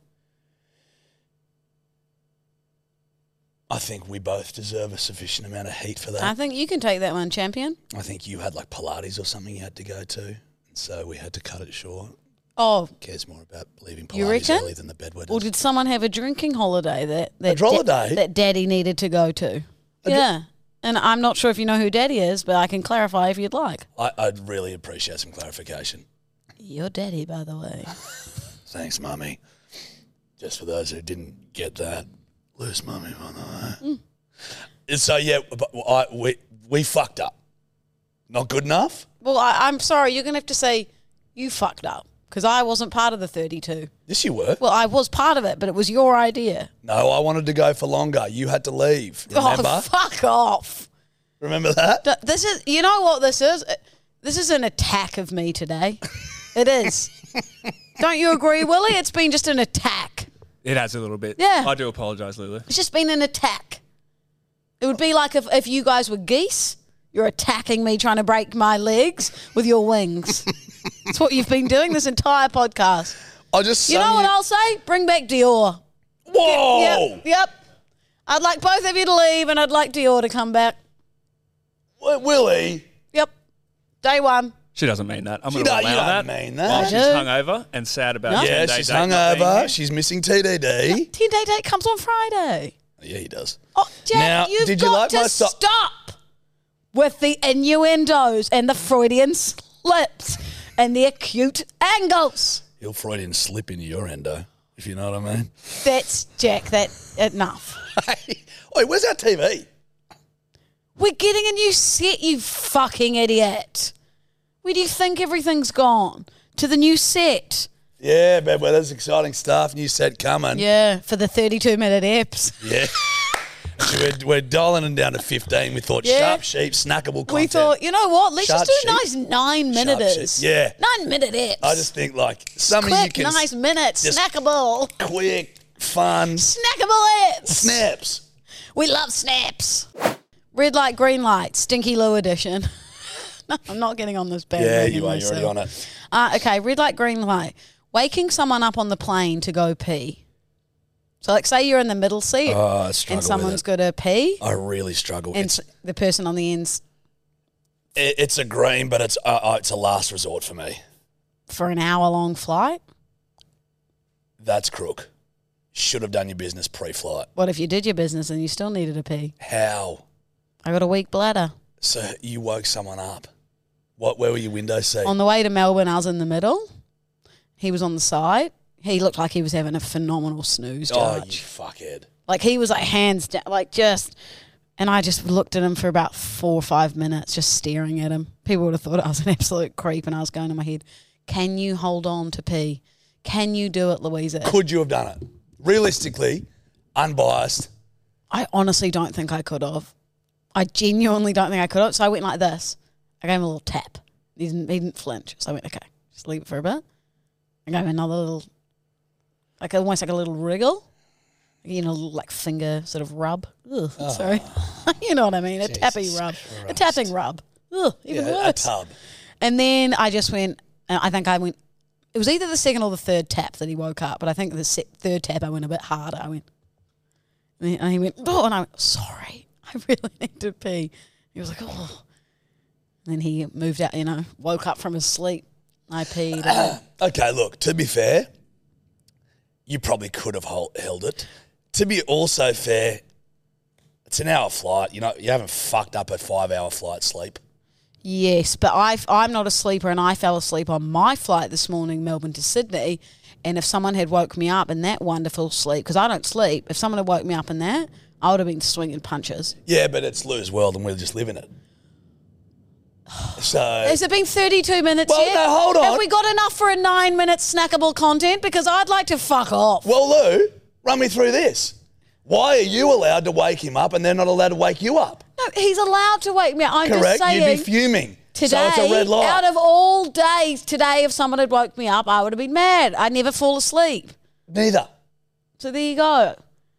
I think we both deserve a sufficient amount of heat for that.
I think you can take that one, champion.
I think you had like Pilates or something you had to go to, so we had to cut it short.
Oh,
Cares more about leaving
You
Pilates
reckon?
early than the bedwet.
or
does.
did someone have a drinking holiday that that
holiday?
that Daddy needed to go to?
dr-
yeah, and I'm not sure if you know who Daddy is, but I can clarify if you'd like.
I, I'd really appreciate some clarification.
Your daddy, by the way.
Thanks, mummy. Just for those who didn't get that, lose mummy by the
Hmm.
way. And So yeah, but I, we we fucked up. Not good enough.
Well, I, I'm sorry. You're going to have to say you fucked up because I wasn't part of the 32.
Yes, you were.
Well, I was part of it, but it was your idea.
No, I wanted to go for longer. You had to leave. Remember?
Oh, fuck off.
Remember that?
D- This is, you know what this is? Uh, This is an attack of me today. It is. Don't you agree, Willie? It's been just an attack.
It has a little bit.
Yeah.
I do apologise, Lulu.
It's just been an attack. It would be like if, if you guys were geese, you're attacking me trying to break my legs with your wings. That's what you've been doing this entire podcast.
I just
You know
sung
what I'll say? Bring back Dior.
Whoa!
Yep, yep. I'd like both of you to leave and I'd like Dior to come back.
Wi- Willie,
Yep. Day one.
She doesn't mean that. I'm
She
going to allow
don't- you
that.
don't mean that.
While
I
she's
do.
hungover and sad about
No.
10
yeah,
days
she's
out not being
hungover.
here.
She's missing TDD.
10 day date comes on Friday.
Yeah, he does.
Oh, Jack,
Now,
you've
did you
got
like
to
my so-
stop with the innuendos and the Freudian slips and the acute angles.
He'll Freudian slip into your endo, if you know what I mean.
That's Jack. That enough.
Hey, oi, where's our TV?
We're getting a new set, you fucking idiot. Where do you think everything's gone? To the new set.
Yeah, man, well, that's exciting stuff. New set coming.
Yeah, for the 32 minute eps.
Yeah. So we're, we're dialing them down to 15. We thought
Yeah.
sharp sheep, snackable content.
We thought, you know what? Let's
Sharp
just do
sheep.
nice nine
Sharp sheep.
minutes.
Yeah.
Nine minute eps.
I just think like some of you
Quick,
can
nice minutes.
just-
Snackable.
quick, fun
Snackable eps.
snaps.
We love snaps. Red light, green light, stinky loo edition. no, I'm not getting on this bad.
Yeah, you are. You're already on it.
Uh, okay, red light, green light. Waking someone up on the plane to go pee. So, like, say you're in the middle seat
Oh, I struggle
and someone's
with
got to pee,
it. I really struggle.
and
it's
s- the person on the end's
it, it's a green, but it's uh, uh, it's a last resort for me.
for an hour long flight.
That's crook. Should have done your business pre-flight.
What if you did your business and you still needed to pee?
How?
I got a weak bladder.
So you woke someone up. What? Where were your window seat?
On the way to Melbourne, I was in the middle. He was on the side. He looked like he was having a phenomenal snooze.
oh,
Judge.
you fuckhead.
Like he was like hands down, like just. And I just looked at him for about four or five minutes, just staring at him. People would have thought I was an absolute creep, and I was going in my head, "Can you hold on to pee? Can you do it, Louisa?"
Could you have done it? Realistically, unbiased.
I honestly don't think I could have. I genuinely don't think I could have. So I went like this. I gave him a little tap. He didn't, he didn't flinch. So I went, okay, just leave it for a bit. I gave him another little, like almost like a little wriggle, you know, like finger sort of rub. Ugh,
Ah.
Sorry. you know what I mean? A tapping rub. A tapping rub. Ugh, even
Yeah, a
worse.
tub.
And then I just went, and I think I went, it was either the second or the third tap that he woke up, but I think the se- third tap I went a bit harder. I went, and he- and he went, oh, and I went, sorry, I really need to pee. He was like, oh. And then he moved out, you know, woke up from his sleep. I peed. I-
Okay, look, to be fair, you probably could have hol- held it. To be also fair, it's an hour flight. You know, you haven't fucked up a five hour flight sleep.
yes, but I, I'm not a sleeper, and I fell asleep on my flight this morning, Melbourne to Sydney. And if someone had woke me up in that wonderful sleep, because I don't sleep, if someone had woke me up in that, I would have been swinging punches.
Yeah, but it's Lou's world and we're just living it. So,
Has it been 32 minutes
Well,
yet?
no, hold on.
Have we got enough for a nine minute snackable content? Because I'd like to fuck off.
well, Lou, run me through this. Why are you allowed to wake him up and they're not allowed to wake you up?
No, he's allowed to wake me up. I'm
Correct?
just saying.
You'd be fuming.
Today,
so it's a red light.
out of all days, today, if someone had woke me up, I would have been mad. I never fall asleep.
Neither.
So there you go.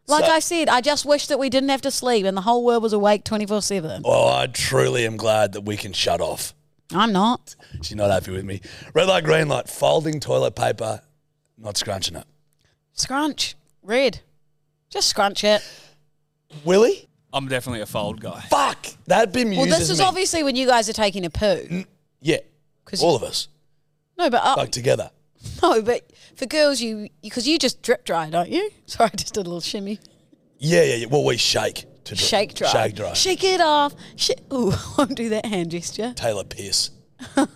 Like
So-
I said, I just wish that we didn't have to sleep and the whole world was awake 24 7.
Well, I truly am glad that we can shut off.
I'm not.
She's not happy with me. Red light, green light, folding toilet paper, not scrunching it.
Scrunch. Red. Just scrunch it.
Willie?
I'm definitely a fold guy.
Fuck! That bemuses
Well, this is
me.
obviously when you guys are taking a poo.
Yeah.
'Cause
All of us.
No, but uh,
Like together.
No, but for girls, you because you just drip dry, don't you? Sorry, I just did a little shimmy,
Yeah, yeah, yeah. Well, we shake to dry.
shake dry,
Shake dry.
shake it off. Sh- Ooh, won't do that hand gesture.
Taylor Pierce.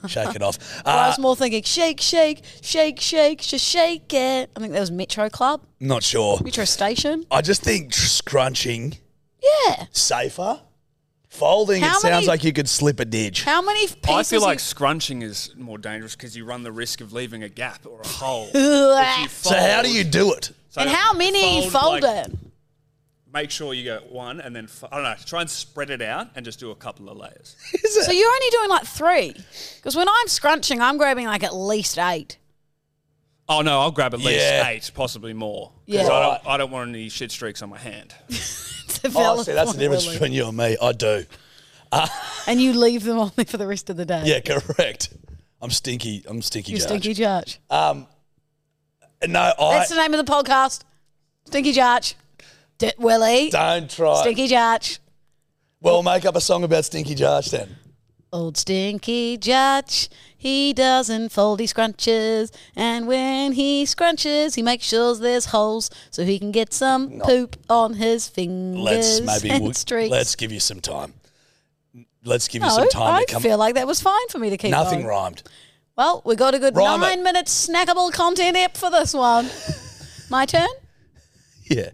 shake it off.
But I
Uh,
was more thinking shake, shake, shake, shake, just shake it. I think that was Metro Club,
not sure.
Metro Station.
I just think tr- scrunching
Yeah.
safer. Folding,
How
it sounds
many-
like you could slip a ditch.
How many pieces?
I feel like
you-
scrunching is more dangerous because you run the risk of leaving a gap or a hole.
Ugh.
so, how do you do it?
So
and how many fold,
like,
it?
Make sure you go one and then, fo- I don't know, try and spread it out and just do a couple of layers.
Is it?
So you're only doing like three, because when I'm scrunching, I'm grabbing like at least eight.
Oh, no, I'll grab at least
Yeah.
eight, possibly more.
Yeah.
Because I, don't, I don't want any shit streaks on my hand.
It's a
oh,
valid
see, that's the
point,
difference
really.
between you and me. I do.
And you leave them on there for the rest of the day.
Yeah, correct. I'm stinky. I'm stinky
You
judge.
stinky judge.
Um, no, I
That's the name of the podcast. Stinky Jarch. D- Willie.
don't try.
Stinky Jarch.
Well, make up a song about Stinky Josh then.
Old Stinky Jarch. He doesn't fold, he scrunches. And when he scrunches, he makes sure there's holes so he can get some poop on his
Let's
fingers
maybe
and
we'll-
streaks.
let's give you some time. Let's give
no,
you some time
I
to come.
feel like that was fine for me to keep
Nothing
going.
rhymed.
Well, we got a good
Rhyme it.
nine minute snackable content app for this one. My turn?
Yeah.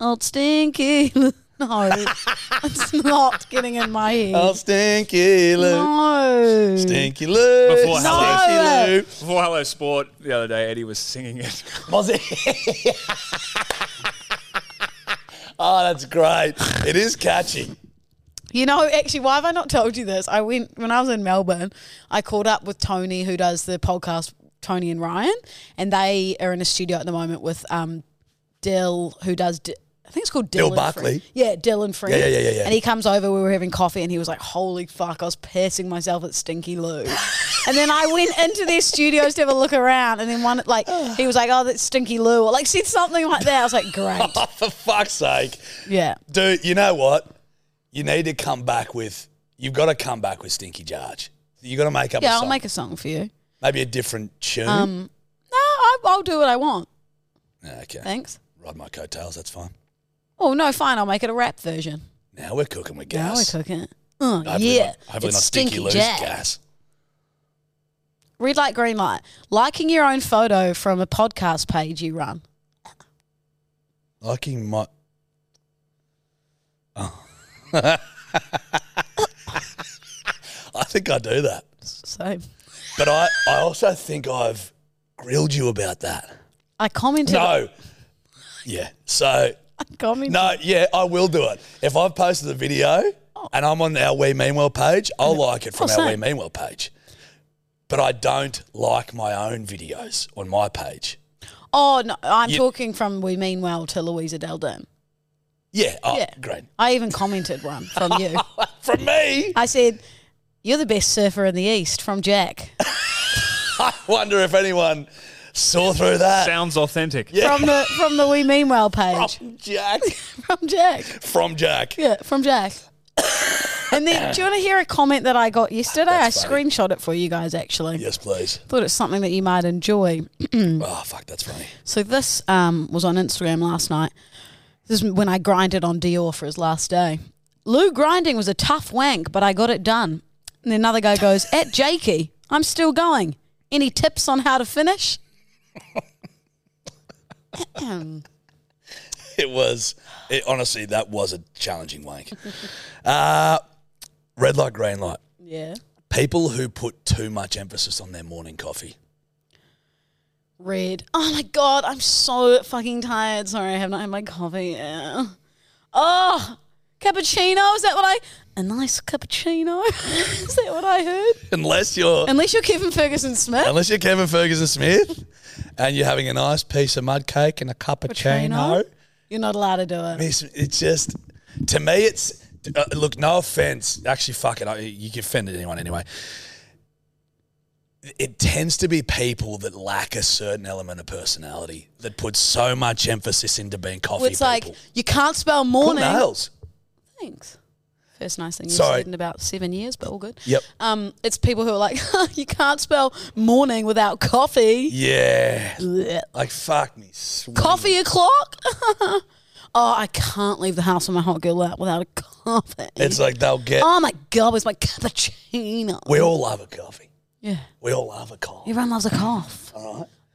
Old Stinky No, it's not getting in my head.
Oh, stinky Lou.
no.
Stinky Lou.
Before
Hello.
Stinky Lou.
Before Hello Sport the other day, Eddie was singing it.
Was it? oh, that's great. It is catchy.
You know, actually, why have I not told you this? I went when I was in Melbourne. I called up with Tony, who does the podcast Tony and Ryan, and they are in a studio at the moment with um, Dill, who does. Di- I think it's called
Dil
Dill, and
Barkley?
Friends. Yeah, Dill and Friends.
Yeah, yeah, yeah, yeah.
And he comes over. We were having coffee, and he was like, "Holy fuck! I was piercing myself at Stinky Lou." and then I went into their studios to have a look around, and then one like he was like, "Oh, that's Stinky Lou," or like said something like that. I was like, "Great,
Oh, for fuck's sake.
yeah."
Dude, you know what? You need to come back with, you've got to come back with Stinky Judge. you got to make up a
Yeah,
song.
I'll make a song for you.
Maybe a different tune.
Um, No, I, I'll do what I want.
okay.
Thanks.
Ride my coattails, that's fine.
Oh no, fine. I'll make it a rap version.
Now we're cooking with
Now we're
gas.
cooking. it. Oh
Hopefully
yeah,
Not, hopefully
it's
not Stinky, Lou's
Jack.
gas.
Red light, green light. Liking your own photo from a podcast page you run.
Liking my. Oh. I think I do that.
Same.
But I, I also think I've grilled you about that.
I commented.
No. Yeah. So,
I commented.
no, yeah, I will do it. If I've posted the video and I'm on our We Mean Well page, I'll like it from
Oh,
our We
same.
Mean Well page. But I don't like my own videos on my page.
Oh no, I'm
You-
talking from We Mean Well to Louisa Delden.
Yeah. Oh,
Yeah.
great.
I even commented one from you.
From me,
I said, "You're the best surfer in the east." From Jack.
I wonder if anyone saw through that.
Sounds authentic.
Uh, Yeah.
From the from the We Mean Well page.
from Jack.
From Jack.
from Jack.
Yeah, from Jack. and then, do you want to hear a comment that I got yesterday? I
That's funny.
screenshot it for you guys actually.
Yes, please.
Thought it's something that you might enjoy.
oh, fuck, that's funny.
So this um, was on Instagram last night. This is when I grinded on Dior for his last day. Lou grinding was a tough wank, but I got it done. And then another guy goes, "At Jakey, I'm still going. Any tips on how to finish?"
It was, it, honestly, that was a challenging wank. uh, red light, green light.
yeah.
People who put too much emphasis on their morning coffee.
Red. Oh my god, I'm so fucking tired. Sorry, I have not had my coffee. Yeah. Oh, cappuccino. Is that what I? A nice cappuccino. is that what I heard?
Unless you're,
Unless you're Kevin Ferguson Smith.
unless you're Kevin Ferguson Smith, and you're having a nice piece of mud cake and a cappuccino.
You're not allowed to do it.
It's, it's just to me. It's uh, look. No offense. Actually, fuck it. I, you can offend anyone anyway. It tends to be people that lack a certain element of personality that put so much emphasis into being coffee.
It's like
people.
you can't spell
Cool
morning.
nails.
Thanks. First nice thing you've
Sorry.
said in about seven years, but all good.
Yep.
Um, it's people who are like, you can't spell morning without coffee.
Yeah.
Blech.
Like fuck me. sweet.
Coffee o'clock? oh, I can't leave the house on my hot girl lap without a coffee.
It's like they'll get.
oh my god, where's my cappuccino?
we all love a coffee.
yeah,
We all love a coffee.
everyone loves a cough.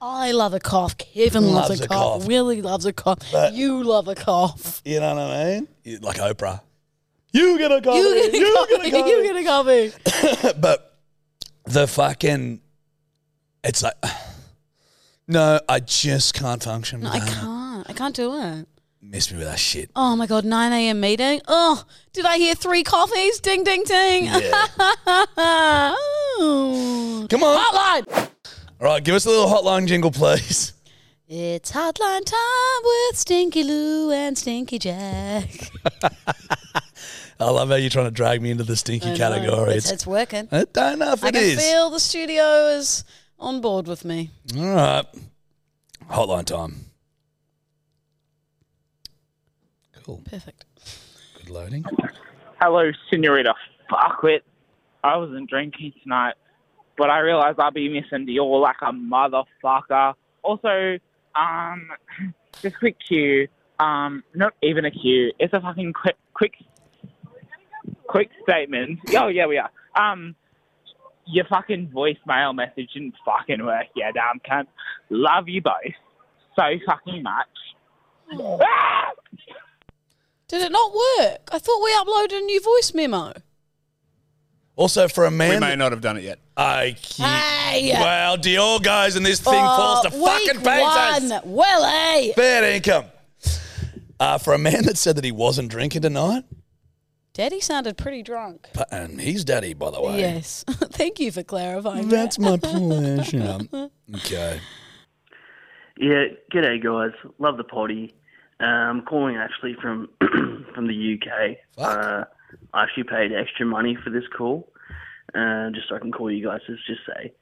I love a cough. Kevin loves, a, cough. Willie loves a cough.
But-
you love a cough.
You know what I mean? You- Like Oprah. You get a coffee.
You get a coffee.
You get a
You get a coffee.
but the fucking it's like no i just can't function
No, I can't. I can't do it.
miss me with that shit
Oh my god, 9 a.m. meeting. Oh, did I hear three coffees? Ding, ding, ding.
yeah
Oh.
come on all
Hotline.
right give us a little hotline jingle please
It's hotline time with Stinky Lou and Stinky Jack.
i love how you're trying to drag me into the stinky category
It's,
it's,
it's working.
I don't know if
I
it
can
is
feel the studio is on board with me.
all right hotline time cool
Perfect.
good loading
Hello, Senorita Fuckwit. I wasn't drinking tonight, but I realised I'd be missing Dior like a motherfucker. Also, um, just quick cue. Um, not even a cue. It's a fucking quick, quick, quick statement. Oh yeah, we are. Um, your fucking voicemail message didn't fucking work. Yeah, damn cunt. Love you both so fucking much. Ah!
Did it not work? I thought we uploaded a new voice memo.
Also, for a man,
we may not have done it yet.
I keep,
Hey!
wow, Dior goes and this thing falls to
Uh, week
fucking pieces.
one. Well, eh?
Bad income. Uh, for a man that said that he wasn't drinking tonight,
Daddy sounded pretty drunk.
but, and he's daddy, by the way.
Yes. Thank you for clarifying. that.
That's my pleasure. okay.
Yeah, g'day guys. Love the potty. Um, calling actually from from the UK.
Fuck.
Uh, I actually paid extra money for this call, uh, just so I can call you guys. Just just say,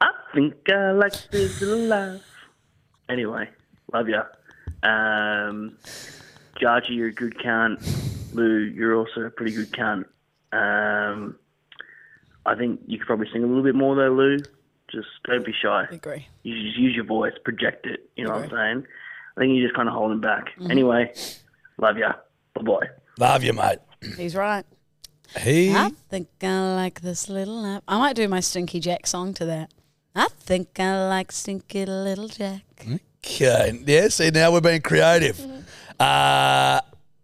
I think I like this love. Anyway, love ya. Um, Jarji, you're a good cunt. Lou, you're also a pretty good cunt. Um, I think you could probably sing a little bit more though, Lou. Just don't be shy
Agree.
you just use your voice, project it. You know what I'm saying? I think you're just kind of holding back. Anyway, love ya. Bye bye.
Love you, mate.
He's right.
He
I think I like this little app. I might do my Stinky Jack song to that. I think I like Stinky Little Jack.
Okay. Yeah, see, now we're being creative. Uh,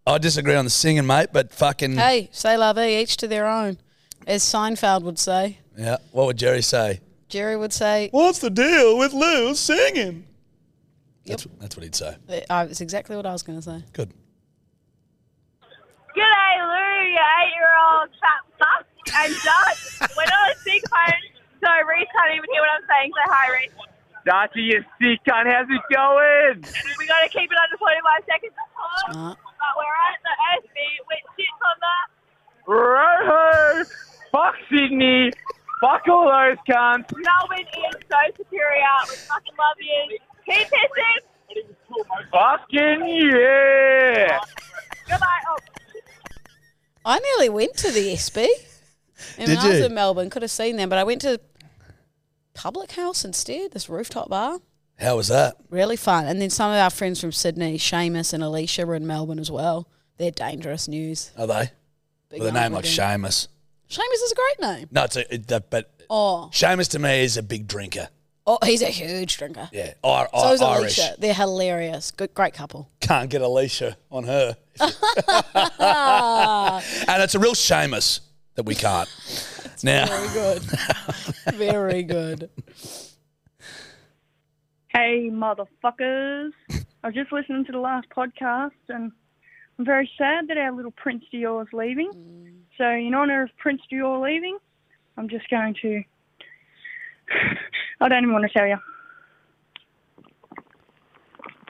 I disagree on the singing, mate, but fucking.
Hey, say la vie, each to their own. As Seinfeld would say,
Yeah, what would Jerry say?
Jerry would say,
What's the deal with Lou singing? That's, that's what he'd say.
I- it's exactly what I was going to say.
Good.
G'day, Lou, you eight-year-old fat fuck. And Dutch, we're not a sick home, so Reese can't even hear what I'm saying. Say hi, Reese. Dutchy, you sick cunt. How's it going? We got to keep it under 45 seconds.
Smart.
But we're at the SB with shits on the... Roho! Fuck Sydney! Fuck all those cunts! Melbourne is so superior. We fucking love you. Keep pissing! Fucking yeah! Goodbye. Oh.
I nearly went to the SB. And
Did
when I was
you?
in Melbourne, could have seen them, but I went to Public House instead, this rooftop bar.
How was that?
Really fun. And then some of our friends from Sydney, Seamus and Alicia, were in Melbourne as well. They're dangerous news.
Are they?
Big
With a
night
name like
with them.
Seamus.
Seamus is a great name.
No, it's a, it, that, but
Oh,
Seamus to me is a big drinker.
oh, he's a huge drinker.
Yeah, I,
So is
Oh, Irish.
Alicia. They're hilarious. Good, great couple.
Can't get Alicia on her. and it's a real Seamus that we can't. now,
Very good. Very good.
Hey, motherfuckers. I was just listening to the last podcast and I'm very sad that our little Prince Dior is leaving. So, in honour of Prince Dior leaving, I'm just going to. I don't even want to tell you.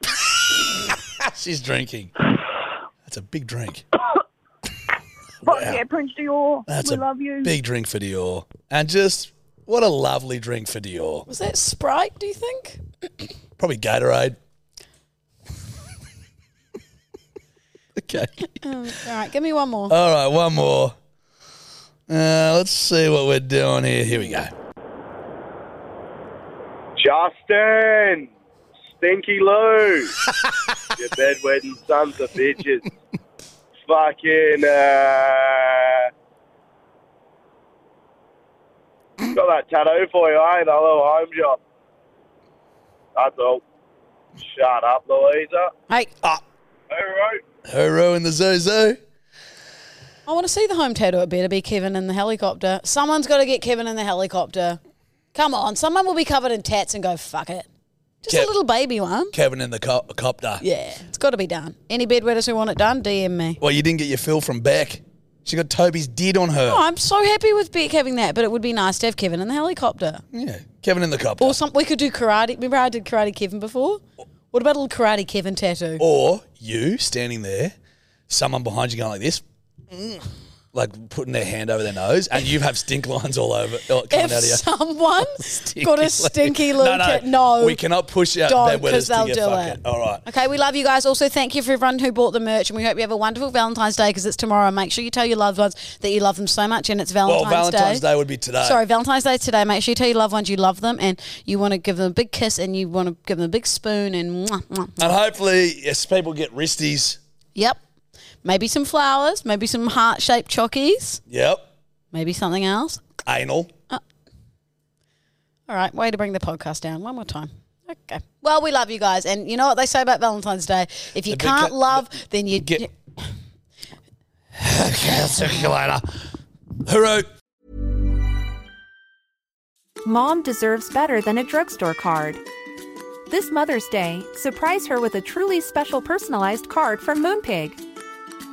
she's drinking. That's a big drink.
But yeah, Prince Dior,
That's
we
a
love you.
big drink for Dior. And just what a lovely drink for Dior.
Was that Sprite, do you think?
Probably Gatorade. okay.
All right, give me one more.
All right, one more. Uh, let's see what we're doing here. Here we go.
Justin! Stinky Lou! Your bedwetting sons of bitches. Fucking. Uh... Got that tattoo for you, eh? The little home job. That's all. Shut up, Louisa.
Hey,
uh.
All right.
Hero in the Zozo.
I want to see the home tattoo. It better be Kevin in the helicopter. Someone's got to get Kevin in the helicopter. Come on, someone will be covered in tats and go, fuck it. Just
Kev-
a little baby one.
Kevin in the co- copter.
Yeah, it's got to be done. Any bedwetters who want it done, DM me.
Well, you didn't get your fill from Beck. She got Toby's did on her.
Oh, I'm so happy with Beck having that, but it would be nice to have Kevin in the helicopter.
Yeah, Kevin in the copter.
Or some, we could do karate. Remember I did karate Kevin before? What about a little karate Kevin tattoo?
Or you standing there, someone behind you going like this, mm, like putting their hand over their nose, and you have stink lines all over oh, coming
if
out of you.
someone got a stinky little
no, no,
tat- no,
we cannot push out
don't,
bed wetters
'cause
to
they'll
get
do
fucking.
it.
All right.
Okay, we love you guys. Also, thank you for everyone who bought the merch, and we hope you have a wonderful Valentine's Day because it's tomorrow. And make sure you tell your loved ones that you love them so much, and it's Valentine's,
Well, Valentine's Day would be today.
Sorry, Valentine's Day is today. Make sure you tell your loved ones you love them, and you want to give them a big kiss, and you want to give them a big spoon, and mwah, mwah.
And hopefully, yes, people get wristies.
yep, maybe some flowers, maybe some heart shaped chockies,
Yep.
maybe something else.
Anal.
All right, way to bring the podcast down one more time. Okay. Well, we love you guys, and you know what they say about Valentine's Day: if you
The big
can't
cla-
love, then you
Get okay, I'll see you later. Hooroo.
Mom deserves better than a drugstore card. This Mother's Day, surprise her with a truly special personalized card from Moonpig.